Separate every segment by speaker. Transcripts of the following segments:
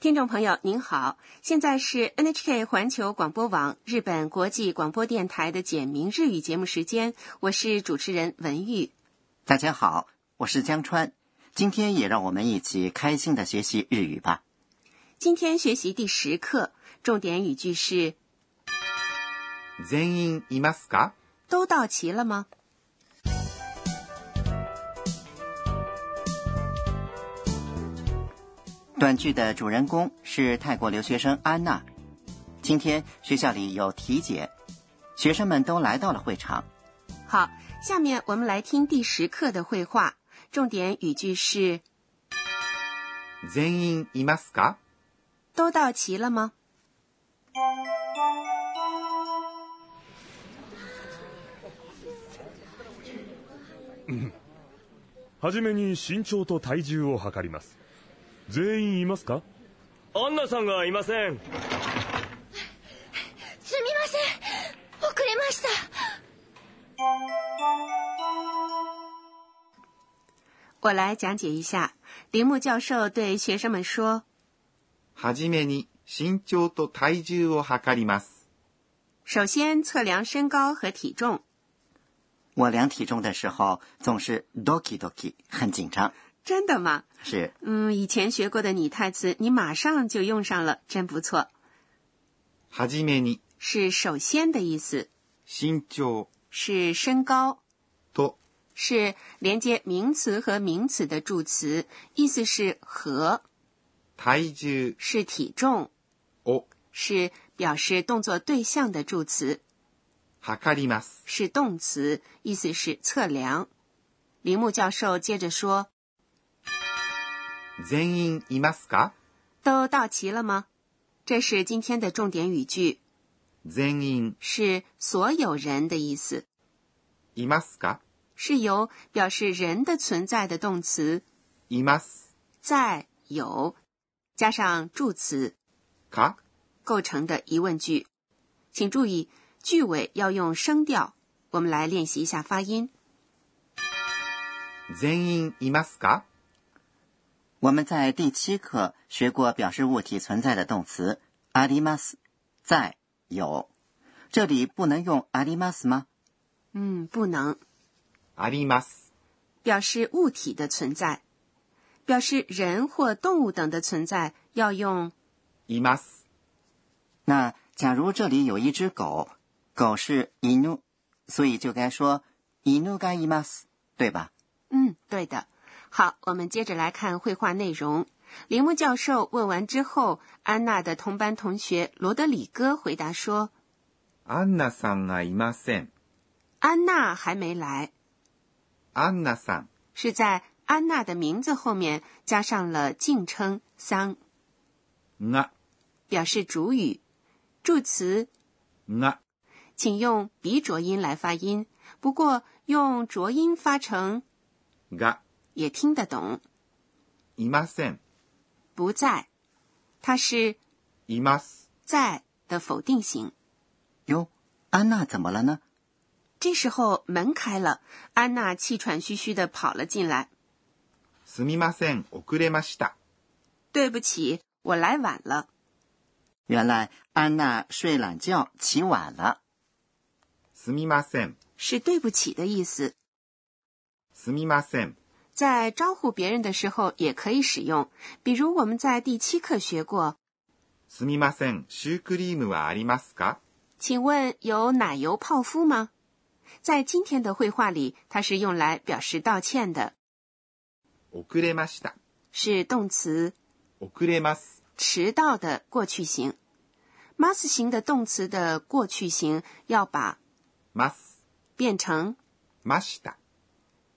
Speaker 1: 听众朋友您好，现在是 NHK 环球广播网日本国际广播电台的简明日语节目时间，我是主持人文玉。
Speaker 2: 大家好，我是江川。今天也让我们一起开心的学习日语吧。
Speaker 1: 今天学习第十课，重点语句是
Speaker 3: 全員いますか
Speaker 1: “都到齐了吗
Speaker 2: 短剧的主人公是泰国留学生安娜。今天学校里有体检，学生们都来到了会场。”？
Speaker 1: 好，下面我们来听第十课的绘画，重点语句是
Speaker 3: 全員いますか
Speaker 1: “都到齐了吗
Speaker 4: はじめに身長と体重を測ります全員いますか
Speaker 5: アンナさんがいません
Speaker 6: すみません遅れました」
Speaker 1: 我来讲解一下。铃木教授对学生们说
Speaker 3: はじめに身長と体重を測ります。：“
Speaker 1: 首先测量身高和体重。
Speaker 2: 我量体重的时候总是 doki doki，很紧张。”
Speaker 1: 真的吗？
Speaker 2: 是
Speaker 1: 嗯，以前学过的拟态词，你马上就用上了，真不错。
Speaker 3: はじめに
Speaker 1: 是首先的意思，
Speaker 3: 身長
Speaker 1: 是身高，
Speaker 3: と
Speaker 1: 是连接名词和名词的助词，意思是和，
Speaker 3: 体重
Speaker 1: 是体重，
Speaker 3: を
Speaker 1: 是表示动作对象的助词，
Speaker 3: 測ります。
Speaker 1: 是动词，意思是测量。铃木教授接着说
Speaker 3: 全員いますか：“
Speaker 1: 都到齐了吗？”这是今天的重点语句，
Speaker 3: 全員
Speaker 1: 是所有人的意思。
Speaker 3: いますか
Speaker 1: 是由表示人的存在的动词
Speaker 3: います
Speaker 1: 在有加上助词
Speaker 3: か
Speaker 1: 构成的疑问句。请注意，句尾要用声调。我们来练习一下发音。
Speaker 3: 全員いますか
Speaker 2: 我们在第七课学过表示物体存在的动词あります，在有。这里不能用あります吗？
Speaker 1: 嗯，不能
Speaker 3: あります。
Speaker 1: 表示物体的存在，表示人或动物等的存在要用
Speaker 3: います。
Speaker 2: 那假如这里有一只狗，狗是犬，所以就该说犬がいます，对吧？
Speaker 1: 嗯，对的。好，我们接着来看绘画内容。铃木教授问完之后，安娜的同班同学罗德里戈回答说
Speaker 3: アンナさんがいません。：“
Speaker 1: 安娜还没来。
Speaker 3: アンナさん、”
Speaker 1: 是在安娜的名字后面加上了敬称“桑
Speaker 3: が、”，
Speaker 1: 表示主语。助词
Speaker 3: が、
Speaker 1: 请用鼻浊音来发音，不过用浊音发成
Speaker 3: が、
Speaker 1: 也听得懂。
Speaker 3: いません。
Speaker 1: 不在，它是
Speaker 3: います。
Speaker 1: 在的否定型。
Speaker 2: 哟，安娜怎么了呢？
Speaker 1: 这时候门开了，安娜气喘吁吁地跑了进来。
Speaker 3: すみません。遅れました。
Speaker 1: 对不起，我来晚了。
Speaker 2: 原来安娜睡懒觉起晚了。
Speaker 3: すみません。
Speaker 1: 是对不起的意思，
Speaker 3: すみません。
Speaker 1: 在招呼别人的时候也可以使用。比如我们在第七课学过，
Speaker 3: すみません。シュークリームはありますか
Speaker 1: 请问有奶油泡芙吗？在今天的绘画里，它是用来表示道歉的，
Speaker 3: 遅れました。
Speaker 1: 是动词
Speaker 3: 遅れます。
Speaker 1: 迟到的过去形。mas 型的动词的过去形要把
Speaker 3: ます。
Speaker 1: 变成
Speaker 3: ました。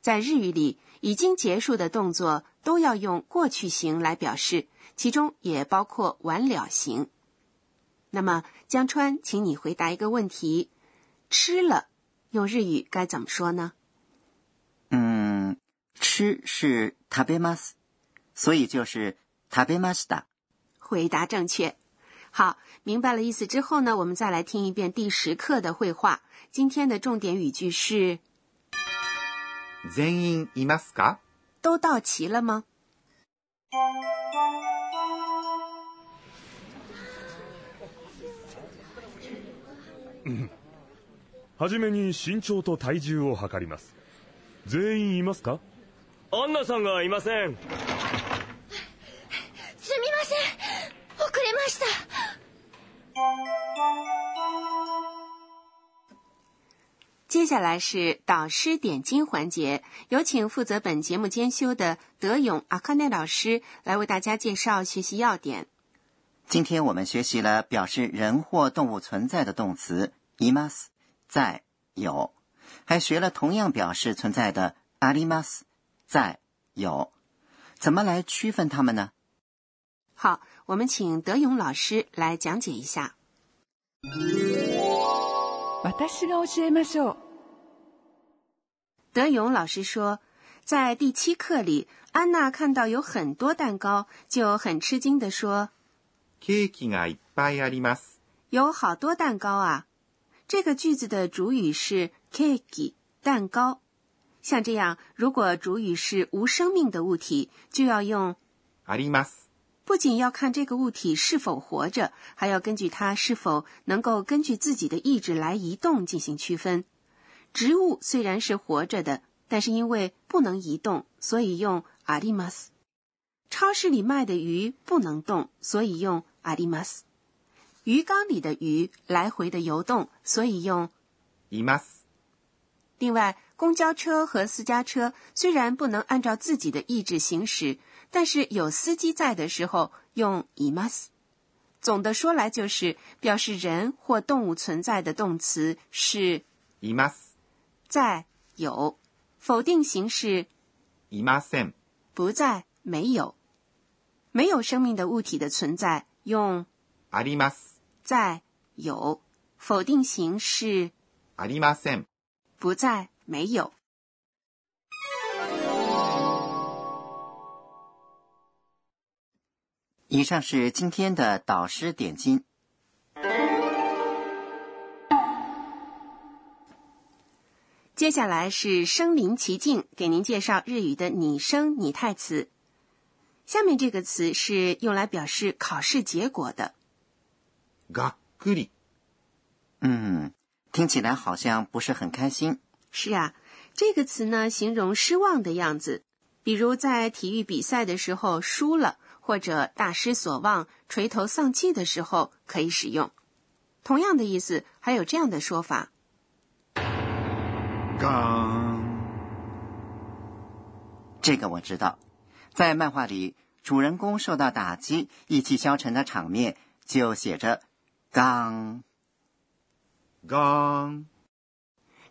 Speaker 1: 在日语里，已经结束的动作都要用过去形来表示，其中也包括完了形。那么，江川，请你回答一个问题：吃了，用日语该怎么说呢？
Speaker 2: 嗯，吃是食べます，所以就是食べました。
Speaker 1: 回答正确。好，明白了意思之后呢，我们再来听一遍第十课的绘画。今天的重点语句是
Speaker 3: 全員いますか：“
Speaker 1: 都到齐了吗？”
Speaker 4: はじめに身長と体重を測ります。全員いますか
Speaker 5: アンナさんがいません
Speaker 6: すみません遅れました
Speaker 1: 接下来是导师点睛环节，有请负责本节目监修的德勇阿卡内老师来为大家介绍学习要点。
Speaker 2: 今天我们学习了表示人或动物存在的动词 imas 在有，还学了同样表示存在的 arimas 在有。怎么来区分它们呢？
Speaker 1: 好，我们请德勇老师来讲解一下。
Speaker 7: 私が教えましょう
Speaker 1: 德勇老师说，在第七课里，安娜看到有很多蛋糕，就很吃惊地说
Speaker 3: ケーキがいっぱいあります。：“
Speaker 1: 有好多蛋糕啊！”这个句子的主语是 cake 蛋糕。像这样，如果主语是无生命的物体，就要用
Speaker 3: あります。
Speaker 1: 不仅要看这个物体是否活着，还要根据它是否能够根据自己的意志来移动进行区分。植物虽然是活着的，但是因为不能移动，所以用あります。超市里卖的鱼不能动，所以用あります。鱼缸里的鱼来回的游动，所以用
Speaker 3: います。
Speaker 1: 另外，公交车和私家车虽然不能按照自己的意志行驶，但是有司机在的时候用 E imas。总的说来，就是表示人或动物存在的动词是
Speaker 3: います。
Speaker 1: 在有，否定形式
Speaker 3: いません。
Speaker 1: 不在没有。没有生命的物体的存在用
Speaker 3: あります。
Speaker 1: 在有，否定形式
Speaker 3: ありません。
Speaker 1: 不在没有。
Speaker 2: 以上是今天的导师点睛。
Speaker 1: 接下来是身临其境，给您介绍日语的拟声拟态词。下面这个词是用来表示考试结果的。
Speaker 3: がっくり。
Speaker 2: 嗯，听起来好像不是很开心。
Speaker 1: 是啊，这个词呢，形容失望的样子，比如在体育比赛的时候输了，或者大失所望、垂头丧气的时候可以使用。同样的意思，还有这样的说法：
Speaker 3: がーん。
Speaker 2: 这个我知道，在漫画里，主人公受到打击、意气消沉的场面就写着“刚
Speaker 3: がーん。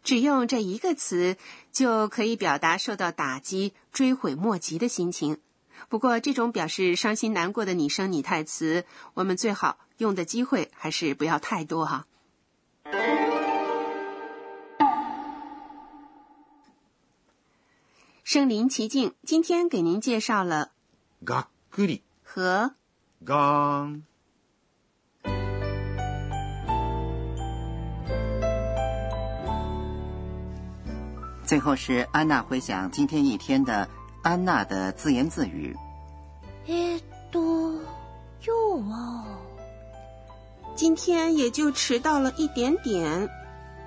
Speaker 1: 只用这一个词就可以表达受到打击、追悔莫及的心情。不过，这种表示伤心难过的拟声拟态词，我们最好用的机会还是不要太多哈。身临其境，今天给您介绍了
Speaker 3: がっくり。
Speaker 1: 和
Speaker 3: がーん。
Speaker 2: 最后是安娜回想今天一天的安娜的自言自语。
Speaker 6: えっと今日は
Speaker 1: 今天也就迟到了一点点。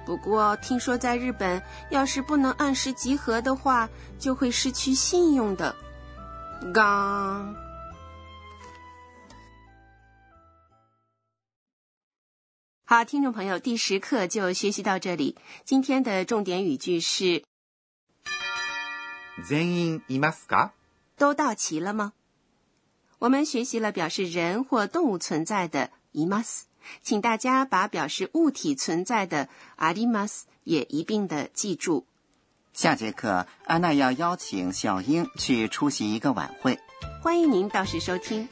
Speaker 1: 不过听说在日本，要是不能按时集合的话，就会失去信用的。刚。好，听众朋友，第十课就学习到这里。今天的重点语句是：
Speaker 3: 全員いますか
Speaker 1: 都到齐了吗？我们学习了表示人或动物存在的 imas，请大家把表示物体存在的 arimas 也一并的记住。
Speaker 2: 下节课，安娜要邀请小英去出席一个晚会。
Speaker 1: 欢迎您到时收听。